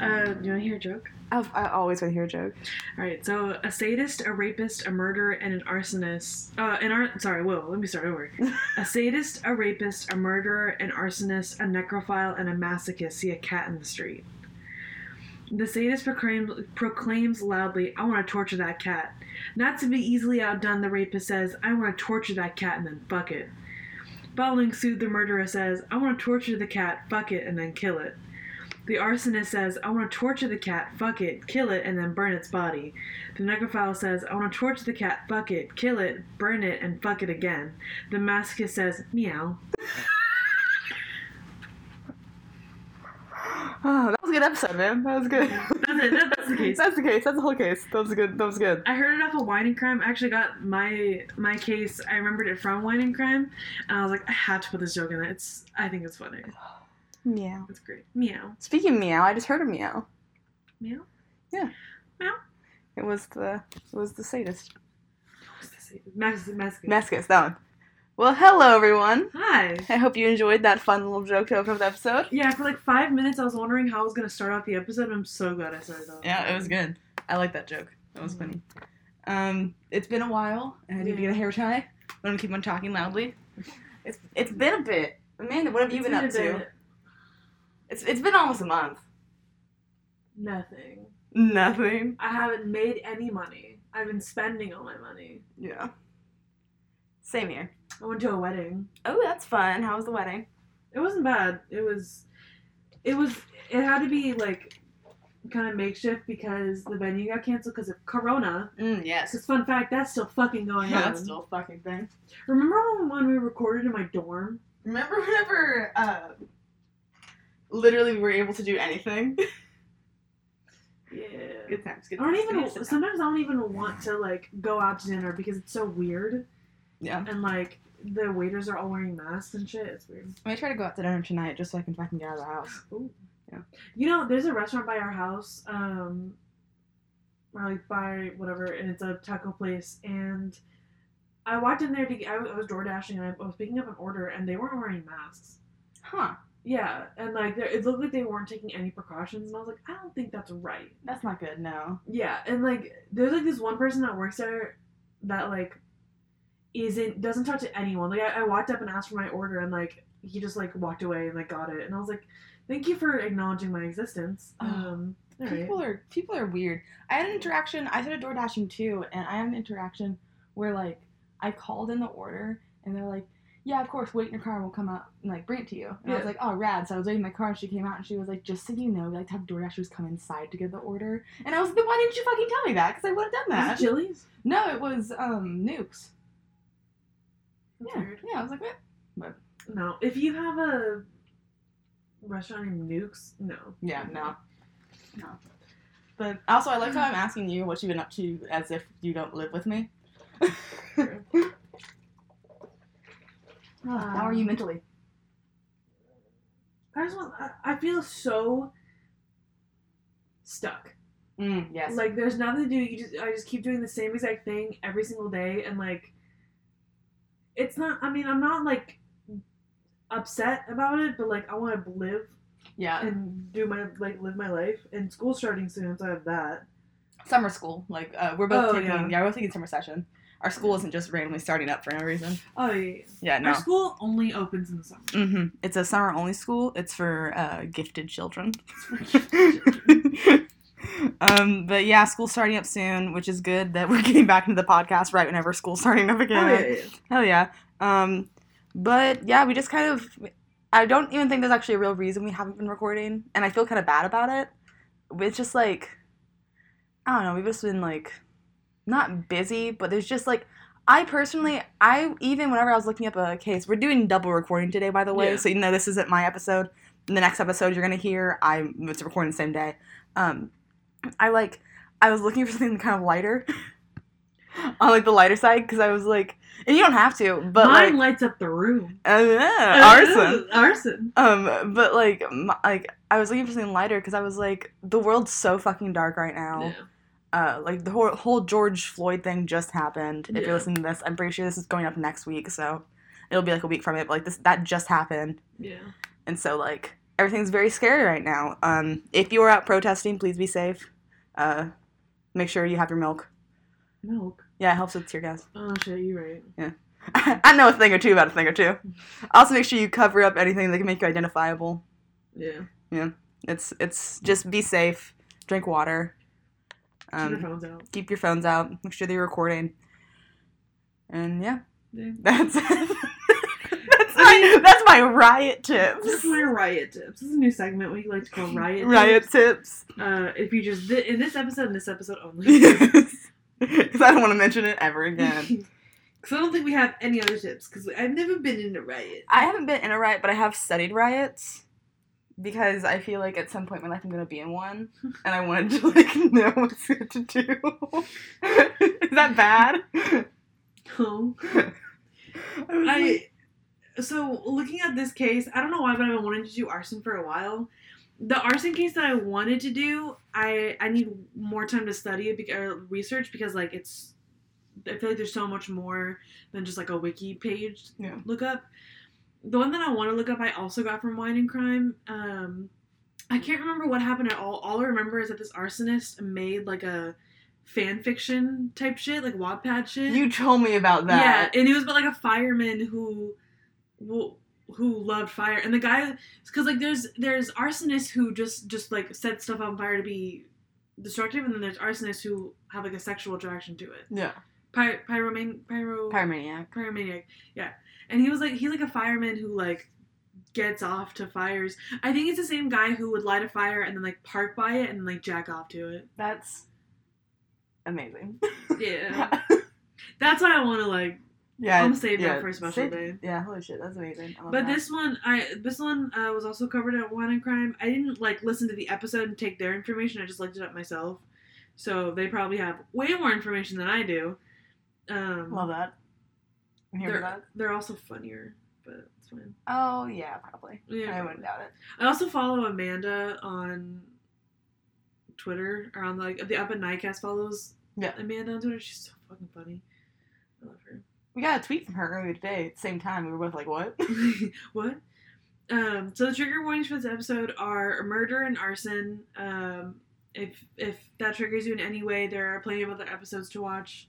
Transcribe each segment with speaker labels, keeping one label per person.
Speaker 1: Uh, do you want to hear a joke?
Speaker 2: I've, I always want to hear a joke.
Speaker 1: All right, so a sadist, a rapist, a murderer, and an arsonist. Uh, an ar- sorry, whoa, let me start over. a sadist, a rapist, a murderer, an arsonist, a necrophile, and a masochist see a cat in the street. The sadist proclaims, proclaims loudly, "I want to torture that cat." Not to be easily outdone, the rapist says, "I want to torture that cat and then fuck it." Following suit, the murderer says, "I want to torture the cat, fuck it, and then kill it." The arsonist says, I want to torture the cat, fuck it, kill it, and then burn its body. The necrophile says, I want to torture the cat, fuck it, kill it, burn it, and fuck it again. The masochist says, meow.
Speaker 2: Oh, that was a good episode, man. That was good.
Speaker 1: That's it, that- that's the case.
Speaker 2: That's the case. That's the whole case. That was good. That was good.
Speaker 1: I heard it off of Wine and Crime. I actually got my my case, I remembered it from Wine and Crime, and I was like, I had to put this joke in it. It's, I think it's funny.
Speaker 2: Meow.
Speaker 1: It's great. Meow.
Speaker 2: Speaking of meow, I just heard a meow.
Speaker 1: Meow?
Speaker 2: It was the it was the sadist.
Speaker 1: What's this? Mas- masochist.
Speaker 2: Mascus, that one. Well, hello everyone.
Speaker 1: Hi.
Speaker 2: I hope you enjoyed that fun little joke to open up the episode.
Speaker 1: Yeah, for like five minutes, I was wondering how I was going to start off the episode. I'm so glad I started off.
Speaker 2: Yeah, it was good. I like that joke. That was
Speaker 1: Mhm.
Speaker 2: funny. Um, it's been a while, and I need to get a hair tie. But I'm gonna keep on talking loudly. It's it's been a bit. Amanda, what have you
Speaker 1: It's
Speaker 2: been up
Speaker 1: a
Speaker 2: to?
Speaker 1: bit-
Speaker 2: It's it's been almost a month.
Speaker 1: Nothing.
Speaker 2: Nothing.
Speaker 1: I haven't made any money. I've been spending all my money.
Speaker 2: Yeah. Same here.
Speaker 1: I went to a wedding.
Speaker 2: Oh, that's fun. How was the wedding?
Speaker 1: It wasn't bad. It was, it was, it had to be like kind of makeshift because the venue got canceled because of Corona.
Speaker 2: Mm, yes.
Speaker 1: Because fun fact, that's still fucking going on.
Speaker 2: That's still a fucking thing.
Speaker 1: Remember when, when we recorded in my dorm?
Speaker 2: Remember whenever uh, literally we were able to do anything?
Speaker 1: Yeah.
Speaker 2: good times. Good
Speaker 1: I don't
Speaker 2: times, good
Speaker 1: even.
Speaker 2: times.
Speaker 1: Sometimes I don't even want to like go out to dinner because it's so weird
Speaker 2: Yeah.
Speaker 1: and like the waiters are all wearing masks and shit. It's weird.
Speaker 2: I may try to go out to dinner tonight just so I can fucking get out of the house.
Speaker 1: Ooh.
Speaker 2: Yeah.
Speaker 1: You know, there's a restaurant by our house, um, or like by whatever, and it's a taco place. And I walked in there to get, I was- I was door dashing and I was picking up an order, and they weren't wearing masks.
Speaker 2: Huh.
Speaker 1: Yeah, and like there- it looked like they weren't taking any precautions, and I was like, I don't think that's right.
Speaker 2: That's not good, no.
Speaker 1: Yeah, and like there's like this one person that works there that like isn't doesn't talk to anyone. Like I, I walked up and asked for my order and like he just like walked away and like got it and I was like, Thank you for acknowledging my existence.
Speaker 2: Ugh.
Speaker 1: Um all right.
Speaker 2: Oh, People are people are weird. I had an interaction I started door dashing too, and I had an interaction where like I called in the order and they're like, Yeah, of course, wait in your car and we'll come out and like bring it to you. And I was
Speaker 1: Yeah.
Speaker 2: like, Oh rad. So I was waiting in my car and she came out and she was like, Just so you know, we like to have door dashers come inside to get the order. And I was like, then why didn't you fucking tell me that? Because I would have done that.
Speaker 1: Is it Chili's?
Speaker 2: No, it was um nukes.
Speaker 1: That's
Speaker 2: Yeah,
Speaker 1: weird.
Speaker 2: yeah. I was like, what?
Speaker 1: No. If you have a restaurant named Nukes, no.
Speaker 2: Yeah, no, no. But also, I like how I'm asking you what you've been up to, as if you don't live with me.
Speaker 1: True.
Speaker 2: Oh, how are you mentally?
Speaker 1: Um, I just want I, I feel so stuck.
Speaker 2: Mm, yes.
Speaker 1: Like there's nothing to do. You just I just keep doing the same exact thing every single day and like it's not I mean, I'm not like upset about it, but like I want to live
Speaker 2: yeah.
Speaker 1: and do my like live my life and school starting soon, so I have that.
Speaker 2: Summer school. Like uh, we're both
Speaker 1: Oh,
Speaker 2: taking.
Speaker 1: yeah.
Speaker 2: Yeah. we're both taking summer session. Our school isn't just randomly starting up for no reason.
Speaker 1: Oh yeah.
Speaker 2: Yeah. No.
Speaker 1: Our school only opens in the summer.
Speaker 2: hmm It's a summer only school. It's for uh, gifted children. um, but yeah, school's starting up soon, which is good that we're getting back into the podcast right whenever school's starting up again.
Speaker 1: Oh, yeah, yeah.
Speaker 2: Hell yeah. Um, but yeah, we just kind of. I don't even think there's actually a real reason we haven't been recording, and I feel kind of bad about it. It's just like, I don't know. We've just been like, not busy, but there's just like, I personally, I even whenever I was looking up a case, we're doing double recording today, by the way.
Speaker 1: Yeah.
Speaker 2: So you know this isn't my episode. In the next episode you're gonna hear, I it's recording the same day. Um, I like, I was looking for something kind of lighter, on like the lighter side, because I was like, and you don't have to, but
Speaker 1: Mine
Speaker 2: like,
Speaker 1: lights up the room.
Speaker 2: uh, yeah, arson.
Speaker 1: Arson.
Speaker 2: Um, but like, m like I was looking for something lighter because I was like, the world's so fucking dark right now.
Speaker 1: Yeah.
Speaker 2: Uh, like the whole, whole George Floyd thing just happened. If
Speaker 1: Yeah.
Speaker 2: you're listening to this, I'm pretty sure this is going up next week, so it'll be like a week from it. But like this, that just happened,
Speaker 1: Yeah.
Speaker 2: and so like, everything's very scary right now. Um, if you are out protesting, please be safe. Uh, make sure you have your milk.
Speaker 1: Milk.
Speaker 2: Yeah, it helps with tear gas.
Speaker 1: Oh shit, you're right.
Speaker 2: I know a thing or two about a thing or two. Also, make sure you cover up anything that can make you identifiable.
Speaker 1: Yeah.
Speaker 2: It's it's just be safe. Drink water.
Speaker 1: Keep your
Speaker 2: Um,
Speaker 1: phones out.
Speaker 2: keep your phones out. Make sure that you're recording. And yeah,
Speaker 1: Yeah.
Speaker 2: that's that's my that's my riot
Speaker 1: This is
Speaker 2: tips.
Speaker 1: my riot tips. This is a new segment we like to call riot.
Speaker 2: Riot tips.
Speaker 1: Tips. Uh, if you just thi- in this episode, and this episode only.
Speaker 2: Because I don't want to mention it ever again.
Speaker 1: Because I don't think we have any other tips. Because I've never been in a riot.
Speaker 2: I haven't been in a riot, but I have studied riots because I feel like at some point in my life I'm gonna be in one, and I wanted to like know what's good to do. Is that bad?
Speaker 1: No.
Speaker 2: I was like-
Speaker 1: I. So looking at this case, I don't know why, but I've been wanting to do arson for a while. The arson case that I wanted to do, I I need more time to study it bec- or research because like it's, I feel like there's so much more than just like a wiki page
Speaker 2: Yeah.
Speaker 1: look up. The one that I want to look up, I also got from Wine and Crime. Um, I can't remember what happened at all. All I remember is that this arsonist made like a fan fiction type shit, like Wattpad shit.
Speaker 2: You told me about that.
Speaker 1: Yeah, and it was about like a fireman who, who, who loved fire, and the guy, because like there's there's arsonists who just just like set stuff on fire to be destructive, and then there's arsonists who have like a sexual attraction to it.
Speaker 2: Yeah.
Speaker 1: Py- pyroman pyro
Speaker 2: Pyromaniac.
Speaker 1: pyromaniac, yeah. And he was like he's like a fireman who like gets off to fires. I think it's the same guy who would light a fire and then like park by it and like jack off to it.
Speaker 2: That's amazing.
Speaker 1: Yeah, that's why I want to like
Speaker 2: yeah.
Speaker 1: I'm saving that for a special
Speaker 2: Save-
Speaker 1: day.
Speaker 2: Yeah, holy shit, that's amazing. I love
Speaker 1: But
Speaker 2: that.
Speaker 1: this one, I this one uh, was also covered at Wine and Crime. I didn't like listen to the episode and take their information. I just looked it up myself. So they probably have way more information than I do. Um,
Speaker 2: love that. I'm here for
Speaker 1: They're,
Speaker 2: that.
Speaker 1: they're also funnier, but it's fine.
Speaker 2: Oh yeah, probably.
Speaker 1: Yeah.
Speaker 2: I wouldn't doubt it.
Speaker 1: I also follow Amanda on Twitter or on like the Up at Nightcast follows
Speaker 2: Yeah.
Speaker 1: Amanda on Twitter. She's so fucking funny. I love her.
Speaker 2: We got a tweet from her earlier today at the same time. We were both like, what?
Speaker 1: what? Um, so the trigger warnings for this episode are murder and arson. Um, if if that triggers you in any way, there are plenty of other episodes to watch.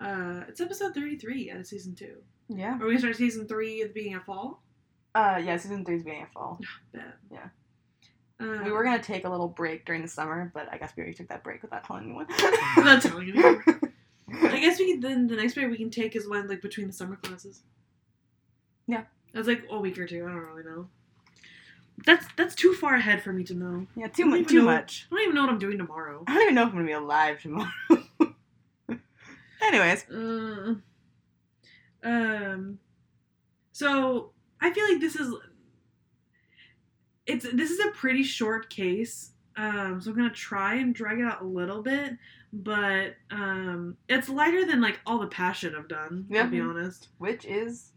Speaker 1: Uh, it's episode thirty three out of season two.
Speaker 2: Yeah.
Speaker 1: Are we gonna start season three at the beginning of fall?
Speaker 2: Uh yeah, season three's beginning of fall.
Speaker 1: Bet.
Speaker 2: Yeah.
Speaker 1: Um,
Speaker 2: We were gonna take a little break during the summer, but I guess we already took that break without telling anyone.
Speaker 1: Without telling anyone. I guess we can, then the next break we can take is when like between the summer classes.
Speaker 2: Yeah.
Speaker 1: That's like a week or two. I don't really know. That's that's too far ahead for me to know.
Speaker 2: yeah,
Speaker 1: I
Speaker 2: too
Speaker 1: don't
Speaker 2: much
Speaker 1: even
Speaker 2: too
Speaker 1: know-
Speaker 2: much.
Speaker 1: I don't even know what I'm doing tomorrow.
Speaker 2: I don't even know if I'm gonna be alive tomorrow. Anyways,
Speaker 1: Uh,
Speaker 2: Mm.
Speaker 1: um so i feel like this is it's this is a pretty short case um so i'm gonna try and drag it out a little bit but um it's lighter than like all the passion i've done
Speaker 2: Yeah.
Speaker 1: to be honest
Speaker 2: which is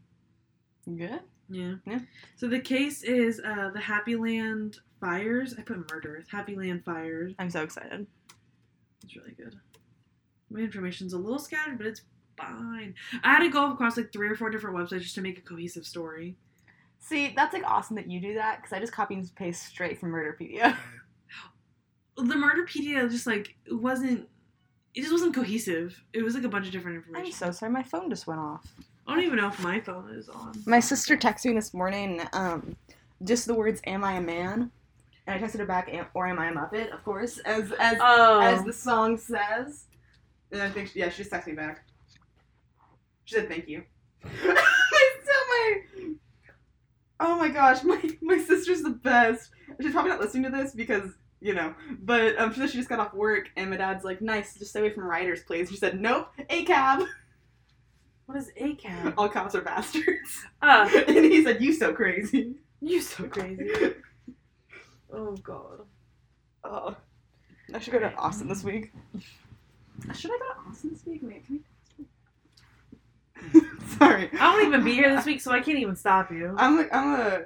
Speaker 2: good.
Speaker 1: yeah
Speaker 2: Yeah.
Speaker 1: so the case is uh the happy land fires i put murder happy land fires
Speaker 2: I'm so excited.
Speaker 1: It's really good. My information's a little scattered, but it's fine. I had to go across like three or four different websites just to make a cohesive story.
Speaker 2: See, that's like awesome that you do that because I just copy and paste straight from Murderpedia.
Speaker 1: The Murderpedia just like it wasn't. It just wasn't cohesive. It was like a bunch of different
Speaker 2: I'm
Speaker 1: information.
Speaker 2: so sorry, my phone just went off.
Speaker 1: I don't even know if my phone is on.
Speaker 2: My sister texted me this morning um, just the words "Am I a man?" and I texted her back "Am- or "Am I a muppet?" Of course, as as as
Speaker 1: Oh,
Speaker 2: the song says. And I think, yeah, she just texted me back. She said, thank you. my, so my, oh my gosh, my, my sister's the best. She's probably not listening to this because, you know, but um, she said she just got off work and my dad's like, nice, just stay away from riders, please. She said, nope, a cab.
Speaker 1: what is ACAB?
Speaker 2: All cops are bastards.
Speaker 1: Ah,
Speaker 2: and he said, you so crazy.
Speaker 1: you're so crazy. Oh god.
Speaker 2: Oh, I should go to Austin this week. Should I go to Austin this week? Wait, can we? Sorry.
Speaker 1: I won't even be here this week, so I can't even stop you.
Speaker 2: I'm like I'm a.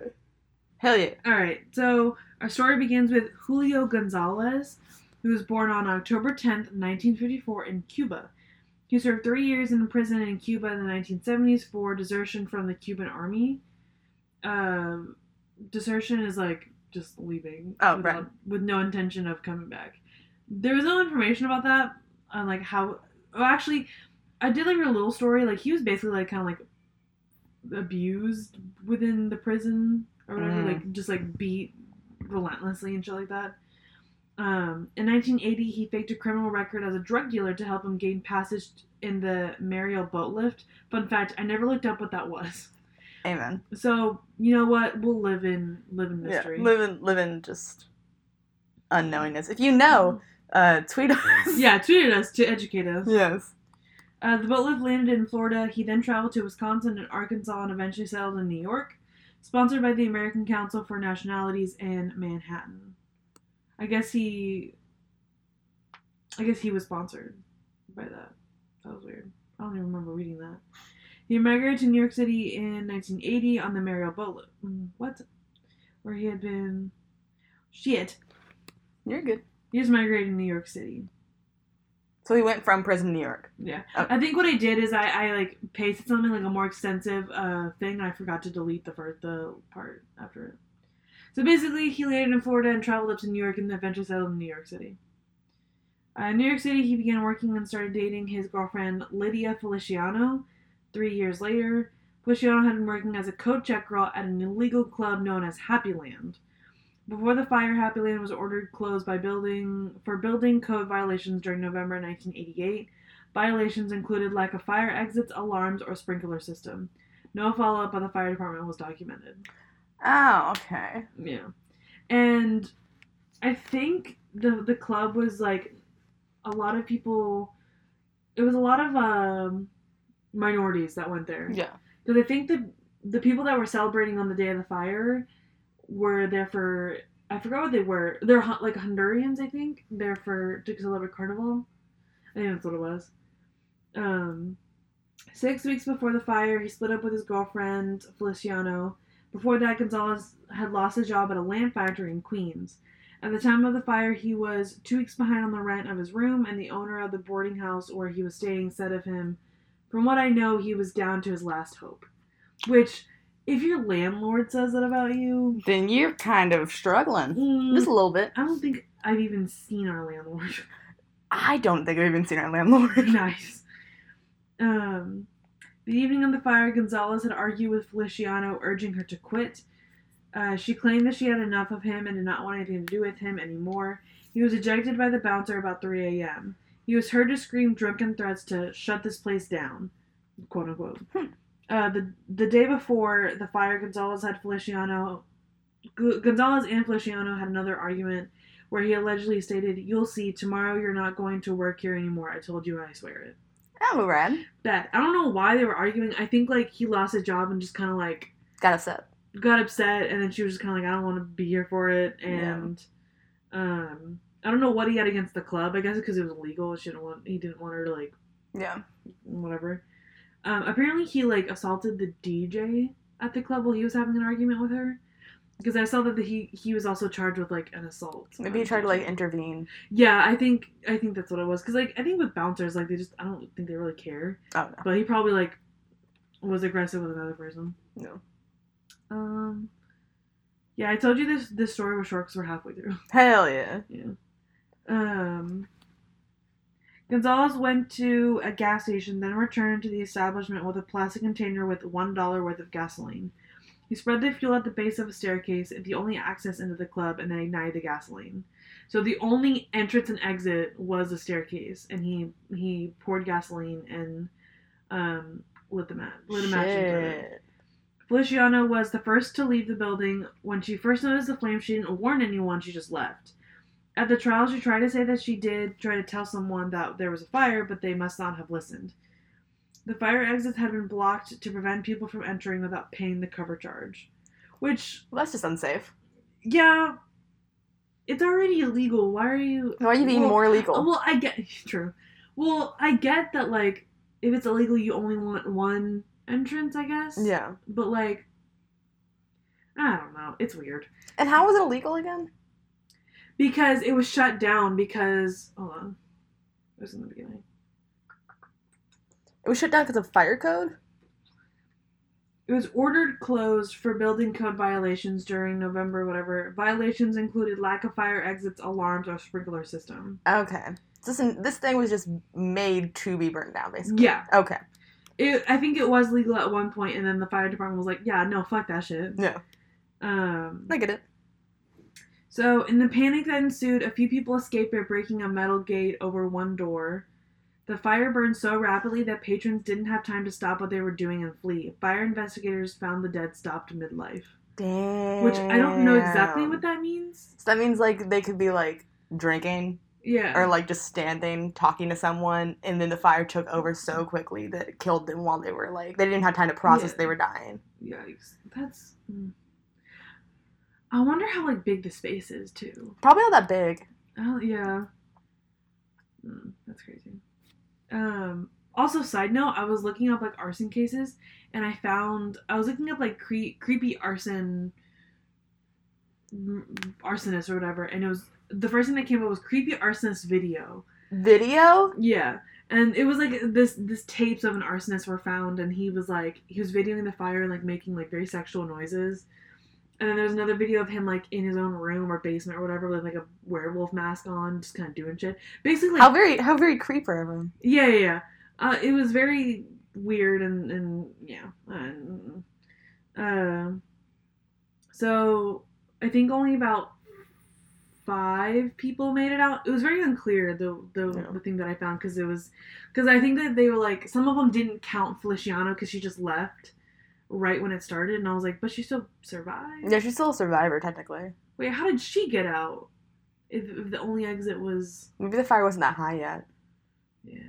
Speaker 2: Hell yeah.
Speaker 1: All right, so our story begins with Julio Gonzalez, who was born on October 10th, 1954, in Cuba. He served three years in prison in Cuba in the 1970s for desertion from the Cuban army. Um, desertion is like just leaving.
Speaker 2: Oh,
Speaker 1: without-
Speaker 2: right.
Speaker 1: With no intention of coming back. There was no information about that on like how. Oh, actually, I did like a little story. Like he was basically like kind of like abused within the prison or whatever.
Speaker 2: Mm.
Speaker 1: Like just like beat relentlessly and shit like that. Um, in 1980, he faked a criminal record as a drug dealer to help him gain passage in the Mariel boat lift. Fun fact: I never looked up what that was.
Speaker 2: Amen.
Speaker 1: So you know what? We'll live in live in
Speaker 2: Yeah,
Speaker 1: mystery.
Speaker 2: live in live in just unknowingness. If you know, uh, tweet us.
Speaker 1: Mm-hmm. Yeah, tweeted us to educate us.
Speaker 2: Yes.
Speaker 1: Uh, the boatlift landed in Florida. He then traveled to Wisconsin and Arkansas and eventually settled in New York, sponsored by the American Council for Nationalities in Manhattan. I guess he. I guess he was sponsored by that. That was weird. I don't even remember reading that. He migrated to New York City in 1980 on the Mariel boatlift. Mm, What? Where he had been. Shit.
Speaker 2: You're good.
Speaker 1: He was migrating to New York City.
Speaker 2: So he went from prison to New York.
Speaker 1: Yeah.
Speaker 2: Okay.
Speaker 1: I think what I did is I, I like pasted something like a more extensive uh, thing and I forgot to delete the first the part after it. So basically he landed in Florida and traveled up to New York and then eventually settled in New York City. Uh, in New York City he began working and started dating his girlfriend Lydia Feliciano three years later. Feliciano had been working as a coat check girl at an illegal club known as Happy Land. Before the fire, Happy Land was ordered closed by building for building code violations during November 1988. Violations included lack of fire exits, alarms, or sprinkler system. No follow up by the fire department was documented.
Speaker 2: Oh, okay.
Speaker 1: Yeah. And I think the the club was like a lot of people it was a lot of um minorities that went there.
Speaker 2: Yeah.
Speaker 1: Because I think the the people that were celebrating on the day of the fire were there for I forgot what they were. They're Hon- like Hondurians, I think. They're for to celebrate Carnival. I think that's what it was. Um, six weeks before the fire, he split up with his girlfriend Feliciano. Before that, Gonzalez had lost his job at a lamp factory in Queens. At the time of the fire, he was two weeks behind on the rent of his room, and the owner of the boarding house where he was staying said of him, From what I know, he was down to his last hope. Which, if your landlord says that about you,
Speaker 2: Then you're kind of struggling.
Speaker 1: mm,
Speaker 2: Just a little bit.
Speaker 1: I don't think I've even seen our landlord.
Speaker 2: I don't think I've even seen our landlord.
Speaker 1: nice. Um, the evening of the fire, Gonzalez had argued with Feliciano, urging her to quit. Uh, she claimed that she had enough of him and did not want anything to do with him anymore. He was ejected by the bouncer about 3 a.m. He was heard to scream drunken threats to shut this place down, quote unquote.
Speaker 2: Hmm.
Speaker 1: Uh, the the day before the fire, Gonzalez had Feliciano. Gu- Gonzalez and Feliciano had another argument where he allegedly stated, "You'll see. Tomorrow, you're not going to work here anymore. I told you, and I swear it."
Speaker 2: Oh, Red.
Speaker 1: That I don't know why they were arguing. I think like he lost his job and just kind of like
Speaker 2: Got upset.
Speaker 1: got upset, and then she was just kind of like, "I don't want to be here for it," and um, I don't know what he had against the club. I guess because it was illegal. She didn't want he didn't want her to like
Speaker 2: Yeah.
Speaker 1: whatever. Um, apparently, he like assaulted the DJ at the club while he was having an argument with her. Because I saw that the, he he was also charged with like an assault.
Speaker 2: Maybe he
Speaker 1: on
Speaker 2: tried to like
Speaker 1: DJ.
Speaker 2: intervene.
Speaker 1: Yeah, I think I think that's what it was. Cause like I think with bouncers, like they just I don't think they really care.
Speaker 2: Oh no.
Speaker 1: But he probably like was aggressive with another person.
Speaker 2: No.
Speaker 1: Um. Yeah, I told you this this story was short because we're halfway through.
Speaker 2: Hell yeah.
Speaker 1: Yeah. Um. Gonzalez went to a gas station, then returned to the establishment with a plastic container with one dollar worth of gasoline. He spread the fuel at the base of a staircase, the only access into the club, and then ignited the gasoline. So the only entrance and exit was a staircase, and he he poured gasoline and um, lit the match. Lit a match and threw it.
Speaker 2: Shit.
Speaker 1: Feliciano was the first to leave the building. When she first noticed the flame, she didn't warn anyone, she just left. At the trial, she tried to say that she did try to tell someone that there was a fire, but they must not have listened. The fire exits had been blocked to prevent people from entering without paying the cover charge. Which,
Speaker 2: Well, that's just unsafe.
Speaker 1: yeah, it's already illegal. Why are you.
Speaker 2: Why are you being
Speaker 1: Well,
Speaker 2: more legal?
Speaker 1: Well, I get. True. Well, I get that, like, if it's illegal, you only want one entrance, I guess.
Speaker 2: yeah.
Speaker 1: But like, I don't know. It's weird
Speaker 2: And how was it illegal again?
Speaker 1: because it was shut down because hold on, it was in the beginning.
Speaker 2: It was shut down because of fire code.
Speaker 1: It was ordered closed for building code violations during November, whatever. Violations included lack of fire exits, alarms, or sprinkler system.
Speaker 2: Okay. This this thing was just made to be burned down, basically.
Speaker 1: Yeah,
Speaker 2: Okay.
Speaker 1: it, I think it was legal at one point, and then the fire department was like, "Yeah, no, fuck that shit."
Speaker 2: Yeah.
Speaker 1: Um,
Speaker 2: I get it.
Speaker 1: So, in the panic that ensued, a few people escaped by breaking a metal gate over one door. The fire burned so rapidly that patrons didn't have time to stop what they were doing and flee. Fire investigators found the dead stopped midlife,
Speaker 2: Damn.
Speaker 1: which I don't know exactly what that means.
Speaker 2: So that means like they could be like drinking
Speaker 1: Yeah.
Speaker 2: or like just standing talking to someone and then the fire took over so quickly that it killed them while they were like they didn't have time to process
Speaker 1: Yeah.
Speaker 2: they were dying.
Speaker 1: Yikes. That's. mm. I wonder how like big the space is too.
Speaker 2: Probably not that big.
Speaker 1: Oh yeah. Mm, that's crazy. Um. Also, side note, I was looking up like arson cases, and I found I was looking up like cre- creepy arson m- arsonists or whatever, and it was the first thing that came up was creepy arsonist video.
Speaker 2: Video?
Speaker 1: Yeah. And it was like this this tapes of an arsonist were found and he was like he was videoing the fire and like making like very sexual noises. And then there's another video of him like in his own room or basement or whatever with like a werewolf mask on, just kind of doing shit. Basically,
Speaker 2: How very how very creeper of him.
Speaker 1: yeah, yeah, yeah. Uh, it was very weird and and yeah. and, Uh, so I think only about five people made it out. It was very unclear the the,
Speaker 2: Yeah.
Speaker 1: the thing that I found because it was because I think that they were like some of them didn't count Feliciano because she just left right when it started, and I was like, but she still survived.
Speaker 2: Yeah, she's still a survivor technically.
Speaker 1: Wait, how did she get out? If, if the only exit was
Speaker 2: Maybe the fire wasn't that high yet.
Speaker 1: Yeah.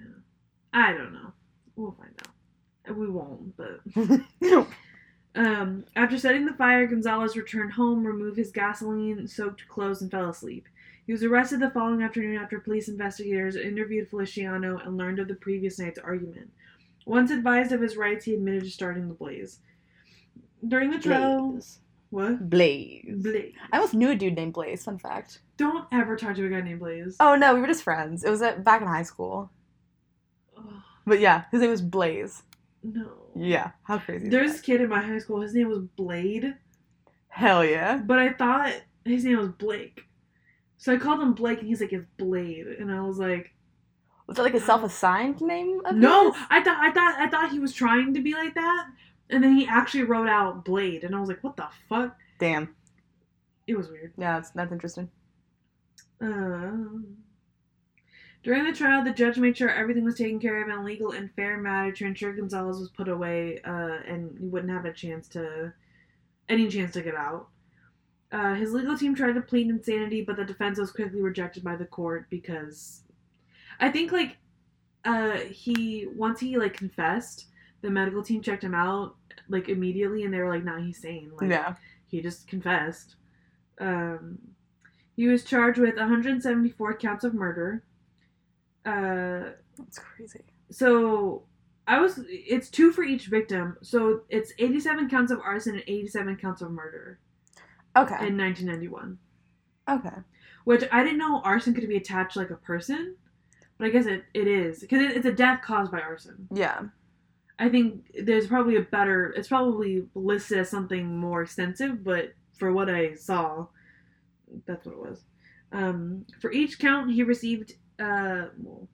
Speaker 1: I don't know. We'll find out. We won't, but. Um, after setting the fire, Gonzalez returned home, removed his gasoline soaked clothes, and fell asleep. He was arrested the following afternoon after police investigators interviewed Feliciano and learned of the previous night's argument. Once advised of his rights, he admitted to starting the blaze. During the trial.
Speaker 2: Blaze.
Speaker 1: What?
Speaker 2: Blaze.
Speaker 1: Blaze.
Speaker 2: I almost knew a dude named Blaze, fun fact.
Speaker 1: Don't ever talk to a guy named Blaze.
Speaker 2: Oh no, we were just friends. It was at, back in high school.
Speaker 1: Ugh,
Speaker 2: But yeah, his name was Blaze.
Speaker 1: no.
Speaker 2: Yeah, how crazy. is
Speaker 1: There's this
Speaker 2: that?
Speaker 1: kid in my high school. His name was Blade.
Speaker 2: hell yeah.
Speaker 1: But I thought his name was Blake. So I called him Blake and he's like, it's Blade. And I was like,
Speaker 2: Was that like a self-assigned name? Of
Speaker 1: No,
Speaker 2: his?
Speaker 1: I thought I thought I thought he was trying to be like that. And then he actually wrote out Blade and I was like, What the fuck?
Speaker 2: Damn.
Speaker 1: It was weird.
Speaker 2: Yeah, that's, that's interesting.
Speaker 1: Um, during the trial, the judge made sure everything was taken care of in a legal and fair manner to ensure Gonzalez was put away uh, and he wouldn't have a chance to any chance to get out. Uh, his legal team tried to plead insanity, but the defense was quickly rejected by the court because I think like uh, he once he like confessed, the medical team checked him out like immediately, and they were like, "Nah, he's sane." Like,
Speaker 2: yeah.
Speaker 1: he just confessed. Um, he was charged with 174 counts of murder. Uh,
Speaker 2: That's crazy.
Speaker 1: so I was, it's two for each victim. So it's 87 counts of arson and 87 counts of murder
Speaker 2: Okay.
Speaker 1: in 1991.
Speaker 2: okay.
Speaker 1: Which I didn't know arson could be attached to, like a person, but I guess it, it is. Because it, it's a death caused by arson.
Speaker 2: Yeah.
Speaker 1: I think there's probably a better. It's probably listed as something more extensive, but for what I saw, that's what it was. Um, for each count, he received. Uh, well,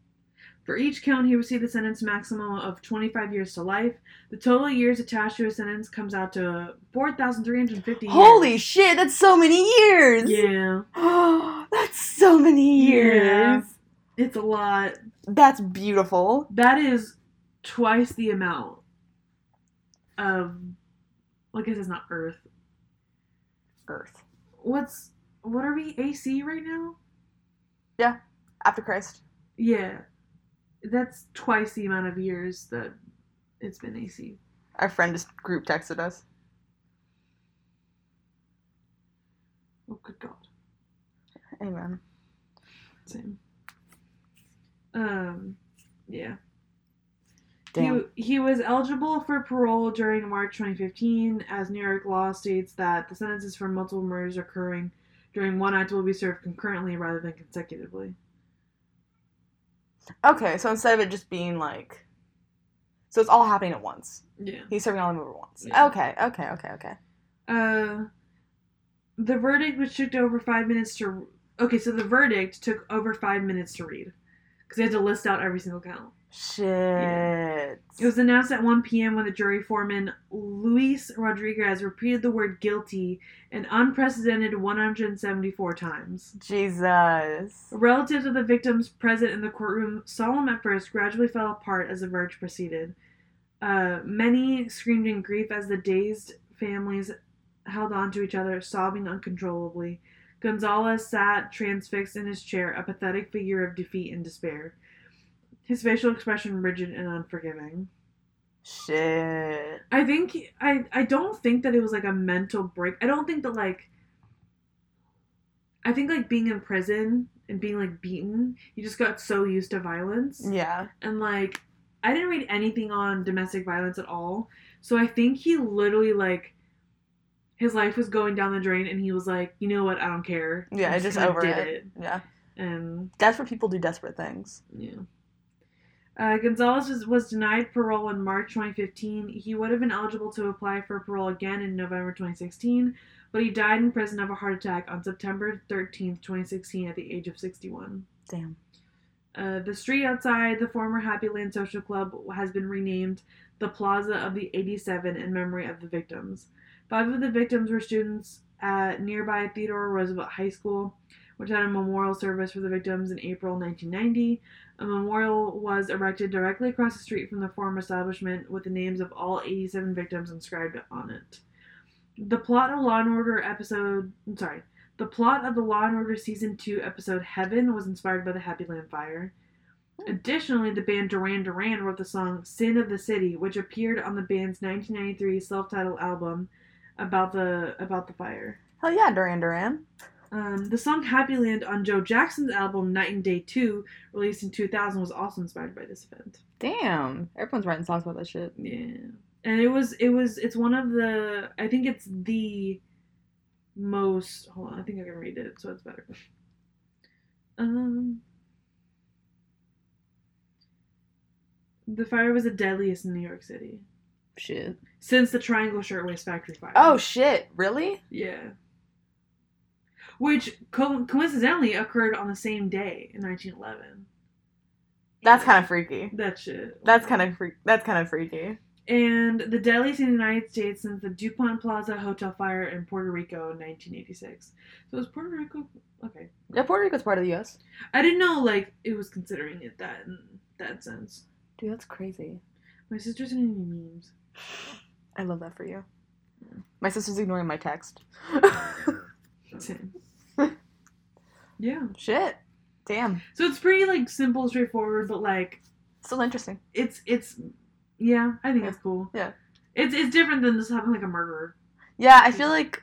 Speaker 1: for each count, he received a sentence maximum of 25 years to life. The total years attached to his sentence comes out to 4,350 years.
Speaker 2: Holy shit! That's so many years.
Speaker 1: Yeah,
Speaker 2: that's so many years.
Speaker 1: Yeah. it's a lot.
Speaker 2: That's beautiful.
Speaker 1: That is twice the amount of. Well, I guess it's not Earth.
Speaker 2: Earth.
Speaker 1: what's what are we AC right now?
Speaker 2: After Christ.
Speaker 1: Yeah, that's twice the amount of years that it's been AC.
Speaker 2: Our friend just group texted us.
Speaker 1: Oh, good God,
Speaker 2: Amen.
Speaker 1: same. Um, yeah.
Speaker 2: Damn.
Speaker 1: He, he was eligible for parole during March 2015, as New York law states that the sentences for multiple murders occurring during one act will be served concurrently rather than consecutively.
Speaker 2: Okay, so instead of it just being like So it's all happening at once.
Speaker 1: Yeah.
Speaker 2: He's serving all of them over once.
Speaker 1: Yeah.
Speaker 2: Okay, okay, okay, okay.
Speaker 1: Uh, the verdict, which took over five minutes to. Okay, so the verdict took over five minutes to read because they had to list out every single count.
Speaker 2: Shit.
Speaker 1: It was announced at 1 p.m. when the jury foreman Luis Rodriguez repeated the word guilty an unprecedented 174 times.
Speaker 2: Jesus.
Speaker 1: Relatives of the victims present in the courtroom, solemn at first, gradually fell apart as the verdict proceeded. Uh, many screamed in grief as the dazed families held on to each other, sobbing uncontrollably. Gonzalez sat transfixed in his chair, a pathetic figure of defeat and despair. His facial expression rigid and unforgiving.
Speaker 2: Shit.
Speaker 1: I think I I don't think that it was like a mental break. I don't think that like I think like being in prison and being like beaten, you just got so used to violence.
Speaker 2: Yeah.
Speaker 1: And like I didn't read anything on domestic violence at all. So I think he literally like his life was going down the drain and he was like, "You know what? I don't care."
Speaker 2: Yeah,
Speaker 1: I
Speaker 2: just
Speaker 1: kinda
Speaker 2: over
Speaker 1: did
Speaker 2: it. Yeah.
Speaker 1: And
Speaker 2: Desperate people do desperate things.
Speaker 1: yeah. Uh, Gonzalez was, was denied parole in March 2015. He would have been eligible to apply for parole again in November 2016, but he died in prison of a heart attack on September 13th, 2016, at the age of 61.
Speaker 2: Damn.
Speaker 1: Uh, the street outside the former Happy Land Social Club has been renamed the Plaza of the 87 in memory of the victims. Five of the victims were students at nearby Theodore Roosevelt High School, which had a memorial service for the victims in April 1990. A memorial was erected directly across the street from the former establishment with the names of all 87 victims inscribed on it. The plot of Law and Order episode, I'm sorry, the plot of the Law and Order season two episode Heaven was inspired by the Happy Land Fire. Additionally, the band Duran Duran wrote the song Sin of the City, which appeared on the band's 1993 self-titled album about the about the fire.
Speaker 2: Hell yeah, Duran Duran.
Speaker 1: Um, the song Happy Land on Joe Jackson's album Night and Day 2, released in 2000, was also inspired by this event.
Speaker 2: Damn. Everyone's writing songs about that shit.
Speaker 1: Yeah. And it was it was it's one of the I think it's the most hold on, I think I can read it, so it's better. Um The fire was the deadliest in New York City.
Speaker 2: Shit.
Speaker 1: Since the Triangle Shirtwaist Factory fire.
Speaker 2: Oh shit. Really?
Speaker 1: yeah. Which co- coincidentally occurred on the same day in 1911.
Speaker 2: That's kind of freaky.
Speaker 1: That shit.
Speaker 2: That's kind of freak. That's kind of freaky.
Speaker 1: and the deadliest in the United States since the DuPont Plaza Hotel fire in Puerto Rico in 1986. So is Puerto Rico okay?
Speaker 2: Yeah, Puerto Rico's part of the U.S.
Speaker 1: I didn't know like it was considering it that in that sense.
Speaker 2: Dude, that's crazy.
Speaker 1: My sister's sending me memes.
Speaker 2: I love that for you. My sister's ignoring my text.
Speaker 1: Same. yeah.
Speaker 2: shit. Damn.
Speaker 1: So it's pretty like simple, straightforward, but like
Speaker 2: Still interesting.
Speaker 1: it's it's yeah. I think
Speaker 2: Yeah.
Speaker 1: it's cool.
Speaker 2: Yeah.
Speaker 1: It's it's different than just having like a murderer.
Speaker 2: Yeah, I feel like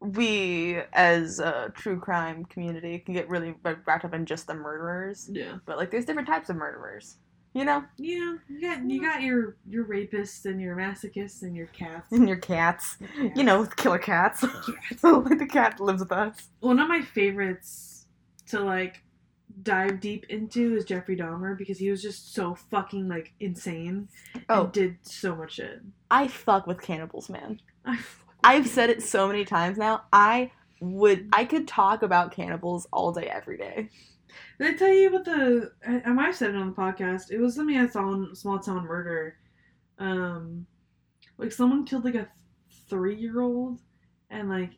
Speaker 2: we as a true crime community can get really like, wrapped up in just the murderers,
Speaker 1: Yeah.
Speaker 2: but like there's different types of murderers. You know,
Speaker 1: Yeah. You got you got your your rapists and your masochists and your cats.
Speaker 2: and your cats. You know, killer cats. like the cat lives with us.
Speaker 1: one of my favorites to like dive deep into is Jeffrey Dahmer because he was just so fucking like insane
Speaker 2: Oh,
Speaker 1: and did so much shit.
Speaker 2: I fuck with cannibals, man.
Speaker 1: I fuck with
Speaker 2: I've
Speaker 1: him.
Speaker 2: said it so many times now. I would I could talk about cannibals all day every day.
Speaker 1: Did I tell you about the? I, I might have said it on the podcast. It was something I saw on Small Town Murder. Um, like someone killed like a three year old, and like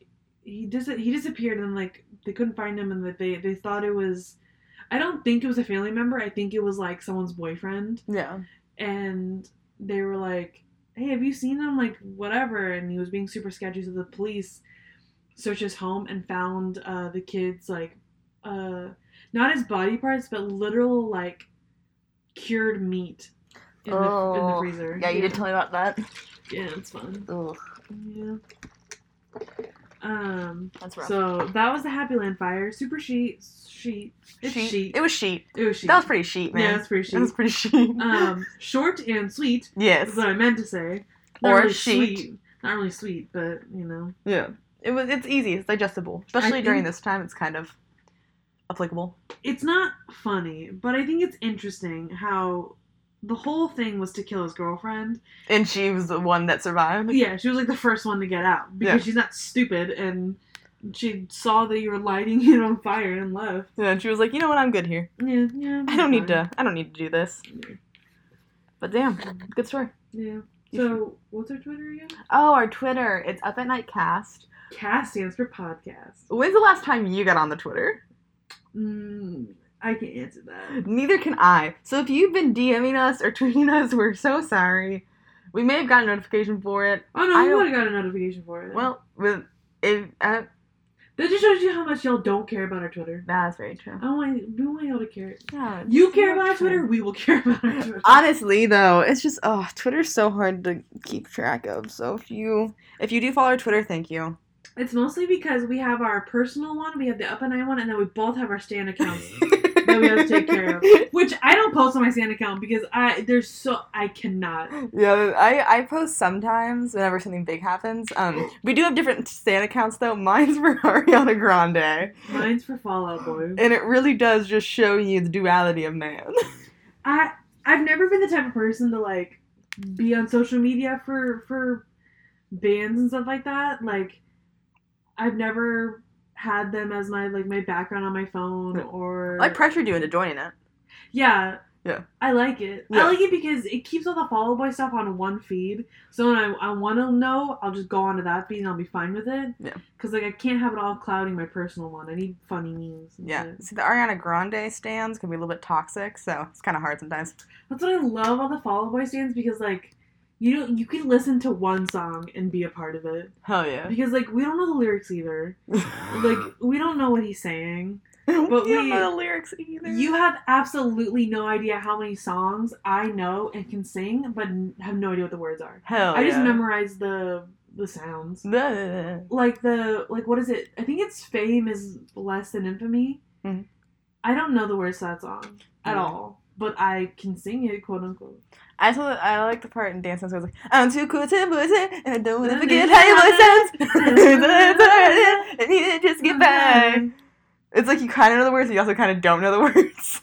Speaker 1: he dis he disappeared, and like they couldn't find him, and that they they thought it was. I don't think it was a family member. I think it was like someone's boyfriend.
Speaker 2: Yeah.
Speaker 1: and they were like, "Hey, have you seen him? Like, whatever." And he was being super sketchy, so the police searched his home and found uh, the kid's like, uh, not his body parts, but literal like cured meat in, the, in the
Speaker 2: Oh,
Speaker 1: freezer.
Speaker 2: Yeah, you did tell me about that.
Speaker 1: Yeah, it's fun.
Speaker 2: Ugh,
Speaker 1: Yeah. Um.
Speaker 2: that's rough.
Speaker 1: So that was the Happy Land fire. Super sheet. Sheet. It's sheet.
Speaker 2: sheet. It was sheet.
Speaker 1: It was sheet.
Speaker 2: That was pretty sheet, man.
Speaker 1: Yeah, it's pretty
Speaker 2: That was
Speaker 1: sheet.
Speaker 2: pretty sheet.
Speaker 1: um, short and sweet.
Speaker 2: yes.
Speaker 1: That's what I meant to say.
Speaker 2: Or sheet.
Speaker 1: sweet. Not really sweet, but you know.
Speaker 2: Yeah. It was. It's easy. It's digestible, especially
Speaker 1: think-
Speaker 2: during this time. It's kind of applicable.
Speaker 1: It's not funny, but I think it's interesting how the whole thing was to kill his girlfriend.
Speaker 2: And she was the one that survived.
Speaker 1: Yeah, she was like the first one to get out because
Speaker 2: Yeah.
Speaker 1: she's not stupid and she saw that you were lighting it on fire and left.
Speaker 2: And she was like, you know what? I'm good here.
Speaker 1: Yeah, yeah.
Speaker 2: I don't need to. I don't need to do this. But damn, good story.
Speaker 1: Yeah.
Speaker 2: You
Speaker 1: So what's our Twitter again?
Speaker 2: Oh, our Twitter. It's up at night cast.
Speaker 1: Cast stands for podcast.
Speaker 2: When's the last time you got on the Twitter?
Speaker 1: Mm, I can't answer that.
Speaker 2: Neither can I. So if you've been DMing us or tweeting us, we're so sorry. We may have gotten notification for it.
Speaker 1: Oh no,
Speaker 2: I
Speaker 1: you
Speaker 2: don't-
Speaker 1: would have got a notification for it.
Speaker 2: Well, with if uh,
Speaker 1: that just shows you how much y'all don't care about our Twitter.
Speaker 2: that's very true.
Speaker 1: I want we want y'all to care.
Speaker 2: Yeah,
Speaker 1: You
Speaker 2: just
Speaker 1: care
Speaker 2: so
Speaker 1: about our
Speaker 2: true.
Speaker 1: Twitter, we will care about our Twitter.
Speaker 2: Honestly, though, it's just oh, Twitter's so hard to keep track of. So if you if you do follow our Twitter, thank you.
Speaker 1: It's mostly because we have our personal one, we have the up and I one, and then we both have our stand accounts that we have to take care of. Which I don't post on my stand account because I there's so I cannot.
Speaker 2: Yeah, I, I post sometimes whenever something big happens. Um, we do have different stan accounts though. Mine's for Ariana Grande,
Speaker 1: Mine's for Fallout Boy.
Speaker 2: and it really does just show you the duality of man.
Speaker 1: I I've never been the type of person to like be on social media for for bands and stuff like that. Like I've never had them as my like my background on my phone or
Speaker 2: I pressured you into joining it.
Speaker 1: yeah.
Speaker 2: Yeah.
Speaker 1: I like it.
Speaker 2: Yeah.
Speaker 1: I like it because it keeps all the follow boy stuff on one feed. So when I, I want to know, I'll just go onto that feed and I'll be fine with it.
Speaker 2: Yeah.
Speaker 1: Because like I can't have it all clouding my personal one. I need funny memes. and
Speaker 2: Yeah,
Speaker 1: shit.
Speaker 2: see the Ariana Grande stands can be a little bit toxic, so it's kind of hard sometimes.
Speaker 1: That's what I love on the Fall Out Boy stands because like you don't you can listen to one song and be a part of it
Speaker 2: Hell yeah!
Speaker 1: because like we don't know the lyrics either. Like we don't know what he's saying.
Speaker 2: but we
Speaker 1: we-
Speaker 2: don't know the lyrics either.
Speaker 1: You have absolutely no idea how many songs I know and can sing, but n- have no idea what the words are.
Speaker 2: hell
Speaker 1: I just
Speaker 2: Oh, yeah.
Speaker 1: memorize the the sounds.
Speaker 2: The-
Speaker 1: Like the like what is it? I think it's fame is less than infamy.
Speaker 2: Mhm.
Speaker 1: I don't know the words to that song at
Speaker 2: Mhm.
Speaker 1: all, but I can sing it, quote unquote.
Speaker 2: I saw that I like the part in Dance Dance where it's like, I'm too cool to lose it, and I don't want to forget how your voice sounds. I need to just get by.
Speaker 1: Um,
Speaker 2: It's like you kind of know the words, but you also kind of don't know the words.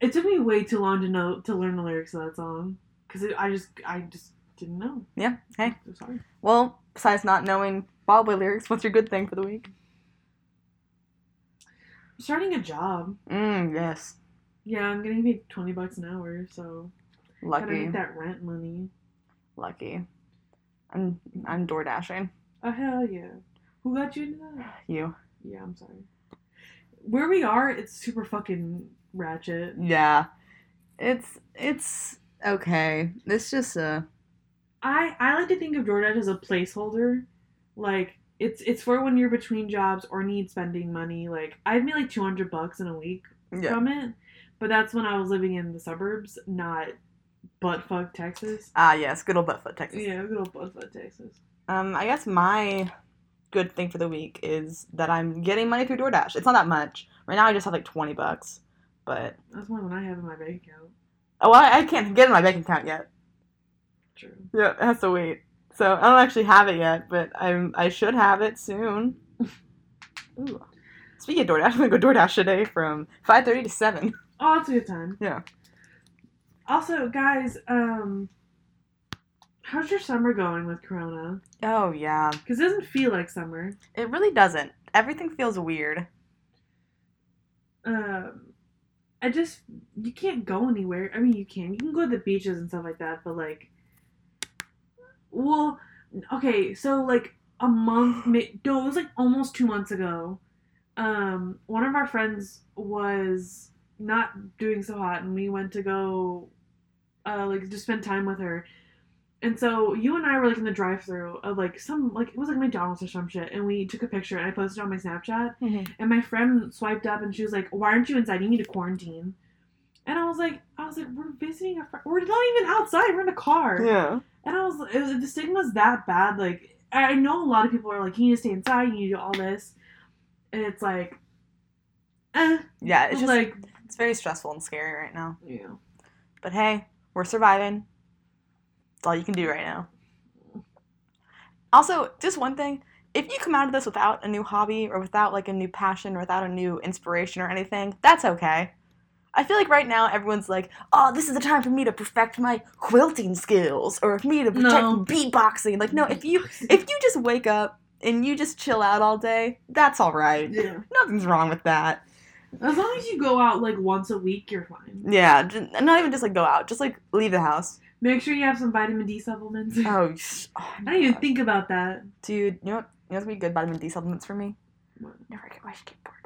Speaker 1: It took me way too long to know to learn the lyrics of that song because I just I just didn't know.
Speaker 2: Yeah, hey.
Speaker 1: I'm sorry.
Speaker 2: Well, besides not knowing Bob Boy lyrics, what's your good thing for the week?
Speaker 1: Starting a job.
Speaker 2: Mm, yes.
Speaker 1: Yeah, I'm getting paid twenty bucks an hour, so gotta
Speaker 2: Lucky.
Speaker 1: make that rent money.
Speaker 2: Lucky. I'm I'm door dashing.
Speaker 1: Oh hell yeah! Who got you into that?
Speaker 2: You.
Speaker 1: Yeah, I'm sorry. Where we are, it's super fucking ratchet.
Speaker 2: Yeah. It's it's okay. It's just uh
Speaker 1: I I like to think of DoorDash as a placeholder. Like it's it's for when you're between jobs or need spending money. Like I've made like 200 bucks in a week
Speaker 2: yeah.
Speaker 1: from it, but that's when I was living in the suburbs, not buttfuck Texas.
Speaker 2: Ah yes, good old buttfoot Texas.
Speaker 1: Yeah, good old buttfuck Texas.
Speaker 2: Um, I guess my good thing for the week is that I'm getting money through DoorDash. It's not that much. Right now I just have like 20 bucks, but
Speaker 1: That's more than I have in my bank account.
Speaker 2: oh, I, I can't get it in my bank account yet.
Speaker 1: True.
Speaker 2: Yeah, it has to wait. So I don't actually have it yet, but I'm I should have it soon. Ooh. Speaking of DoorDash, I'm gonna go DoorDash today from 5:30 to 7.
Speaker 1: Oh, that's a good time.
Speaker 2: Yeah.
Speaker 1: Also, guys, um, how's your summer going with Corona?
Speaker 2: Oh yeah,
Speaker 1: Because it doesn't feel like summer.
Speaker 2: it really doesn't. Everything feels weird.
Speaker 1: um I just you can't go anywhere. I mean, you can. You can go to the beaches and stuff like that, but like well, okay, so like a month ma- no, it was like almost 2 months ago. Um one of our friends was not doing so hot and we went to go uh like just spend time with her. And so you and I were like in the drive-through of like some like it was like McDonald's or some shit and we took a picture and I posted it on my Snapchat
Speaker 2: Mm-hmm.
Speaker 1: and my friend swiped up and she was like, "Why aren't you inside? You need to quarantine." And I was like, "I was like, we're visiting a friend. We're not even outside. We're in a car."
Speaker 2: Yeah.
Speaker 1: And I was, it was the stigma's that bad. Like I I know a lot of people are like, "You need to stay inside. You need to do all this," and it's like, eh,
Speaker 2: Yeah, it's just like
Speaker 1: like,
Speaker 2: it's very stressful and scary right now.
Speaker 1: you know.
Speaker 2: But hey, we're surviving. That's all you can do right now. Also, just one thing. If you come out of this without a new hobby or without like a new passion or without a new inspiration or anything, that's okay. I feel like right now everyone's like, "Oh, this is the time for me to perfect my quilting skills, or for me to protect
Speaker 1: No.
Speaker 2: beatboxing." Like, no, if you if you just wake up and you just chill out all day, that's all right.
Speaker 1: yeah.
Speaker 2: Nothing's wrong with that.
Speaker 1: As long as you go out like once a week, you're fine.
Speaker 2: Yeah, j- not even just like go out, just like leave the house.
Speaker 1: Make sure you have some vitamin D supplements.
Speaker 2: Oh, sh- oh
Speaker 1: I
Speaker 2: my
Speaker 1: didn't even
Speaker 2: God.
Speaker 1: think about that.
Speaker 2: dude, you know what? You know what's gonna be good vitamin D supplements for me?
Speaker 1: What?
Speaker 2: Never get my skateboard.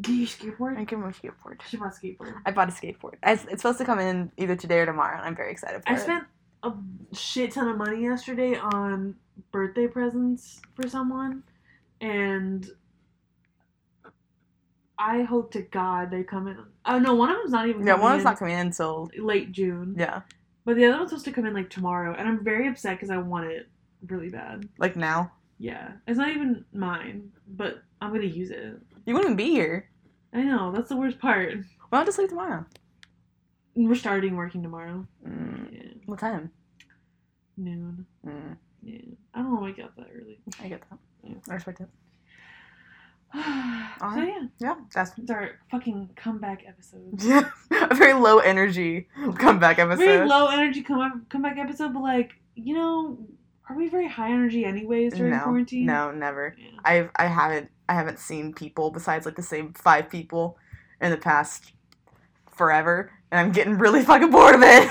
Speaker 1: Do you skateboard?
Speaker 2: I get my skateboard.
Speaker 1: I should buy a skateboard.
Speaker 2: I bought a skateboard. I, it's supposed to come in either today or tomorrow, and I'm very excited for
Speaker 1: I
Speaker 2: it.
Speaker 1: spent a shit ton of money yesterday on birthday presents for someone, and I hope to God they come in. Oh no, one of them's not even.
Speaker 2: yeah,
Speaker 1: coming
Speaker 2: one of them's
Speaker 1: in
Speaker 2: not coming in until
Speaker 1: late June.
Speaker 2: yeah,
Speaker 1: But the other one's supposed to come in like tomorrow, and I'm very upset because I want it really bad.
Speaker 2: like now.
Speaker 1: Yeah, it's not even mine, but I'm gonna use it.
Speaker 2: You wouldn't be here.
Speaker 1: I know that's the worst part.
Speaker 2: Why not just leave tomorrow?
Speaker 1: And We're starting working tomorrow.
Speaker 2: Mm,
Speaker 1: Yeah,
Speaker 2: what time?
Speaker 1: noon.
Speaker 2: Mm,
Speaker 1: Yeah, I don't want to wake up that early.
Speaker 2: I get that. Mm,
Speaker 1: Yeah.
Speaker 2: I respect it.
Speaker 1: So
Speaker 2: Alright.
Speaker 1: yeah.
Speaker 2: Yeah, that's
Speaker 1: It's our fucking comeback episode.
Speaker 2: a very low energy comeback episode.
Speaker 1: Very low energy come comeback episode, but like, you know, are we very high energy anyways during
Speaker 2: no,
Speaker 1: quarantine?
Speaker 2: no, never.
Speaker 1: Yeah.
Speaker 2: I've I haven't I haven't seen people besides like the same five people in the past forever, and I'm getting really fucking bored of it.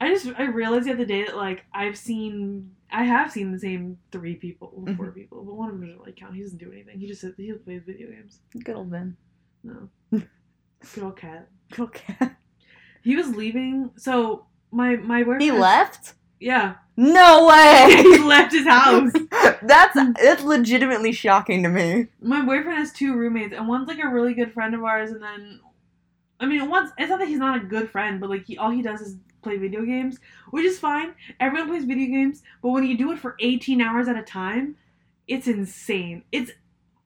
Speaker 1: I just I realized the other day that like I've seen I have seen the same three people, well,
Speaker 2: Mm-hmm.
Speaker 1: four people, but one of them doesn't really count. He doesn't do anything. He just sits, he plays video games.
Speaker 2: Good old Ben.
Speaker 1: No, good old cat.
Speaker 2: Okay.
Speaker 1: He was leaving, so my my boyfriend.
Speaker 2: He left?
Speaker 1: Yeah,
Speaker 2: No
Speaker 1: he
Speaker 2: way.
Speaker 1: left his house.
Speaker 2: that's that's legitimately shocking to me.
Speaker 1: my boyfriend has two roommates, and one's like a really good friend of ours, and then, I mean, once it's not that he's not a good friend, but like he all he does is play video games, which is fine. Everyone plays video games, but when you do it for eighteen hours at a time, it's insane. It's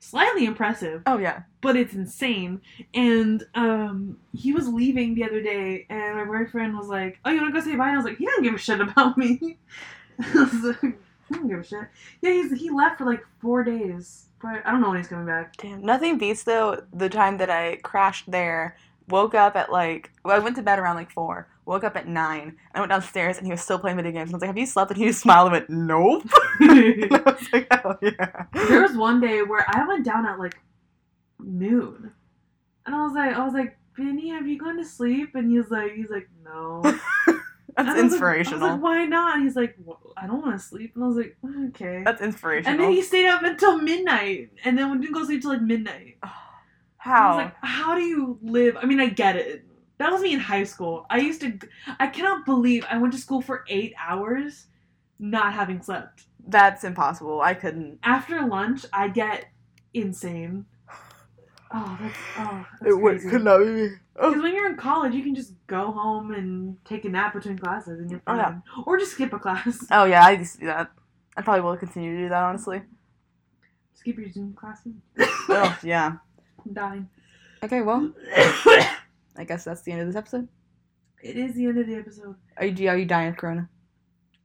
Speaker 1: slightly impressive,
Speaker 2: Oh yeah.
Speaker 1: but it's insane. And um, he was leaving the other day, and my boyfriend was like, "Oh, you wanna go say bye?" And I was like, "He doesn't give a shit about me." I was like, I don't give a shit. Yeah, he's, he left for like four days. But I don't know when he's coming back.
Speaker 2: Damn, nothing beats though the time that I crashed there. Woke up at like, well, I went to bed around like four. Woke up at nine. And I went downstairs and he was still playing video games. And I was like, "Have you slept?" And he just smiled and went, "Nope." And
Speaker 1: there
Speaker 2: I was like, "Hell yeah."
Speaker 1: was one day where I went down at like noon, and I was like, I was like, Vinny, have you gone to sleep? And he's like, he's like, no. And I
Speaker 2: That's
Speaker 1: was like- I was
Speaker 2: inspirational.
Speaker 1: like, why not? And he's like, well, I don't want to sleep. And I was like, okay. and
Speaker 2: That's
Speaker 1: then
Speaker 2: inspirational.
Speaker 1: he stayed up until midnight, and then we didn't go to sleep till like midnight. I
Speaker 2: How?
Speaker 1: was like, how do you live? I mean, I get it. That was me in high school. I used to, I cannot believe I went to school for eight hours, not having slept.
Speaker 2: That's impossible. I couldn't.
Speaker 1: after lunch, I get insane. Oh, that's oh, that's crazy.
Speaker 2: not be me.
Speaker 1: Because when you're in college, you can just go home and take a nap between classes, and you're
Speaker 2: Oh,
Speaker 1: fine.
Speaker 2: yeah.
Speaker 1: Or just skip a class.
Speaker 2: Oh yeah, I used to do that. I probably will continue to do that honestly.
Speaker 1: Skip your Zoom classes.
Speaker 2: oh yeah.
Speaker 1: I'm dying.
Speaker 2: Okay, well, I guess that's the end of this episode.
Speaker 1: it is the end of the episode.
Speaker 2: Are you are you dying of corona?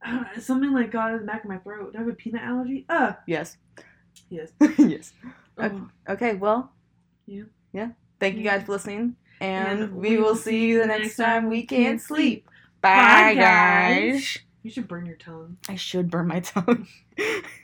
Speaker 1: Uh, something like got in the back of my throat. Do I have a peanut allergy? Uh,
Speaker 2: Yes.
Speaker 1: yes.
Speaker 2: yes.
Speaker 1: Oh,
Speaker 2: Okay, well.
Speaker 1: Yeah.
Speaker 2: Yeah. Thank you guys for listening. And,
Speaker 1: And
Speaker 2: we will see you the next time we can't sleep.
Speaker 1: Bye,
Speaker 2: Bye, guys.
Speaker 1: you should burn your tongue.
Speaker 2: I should burn my tongue.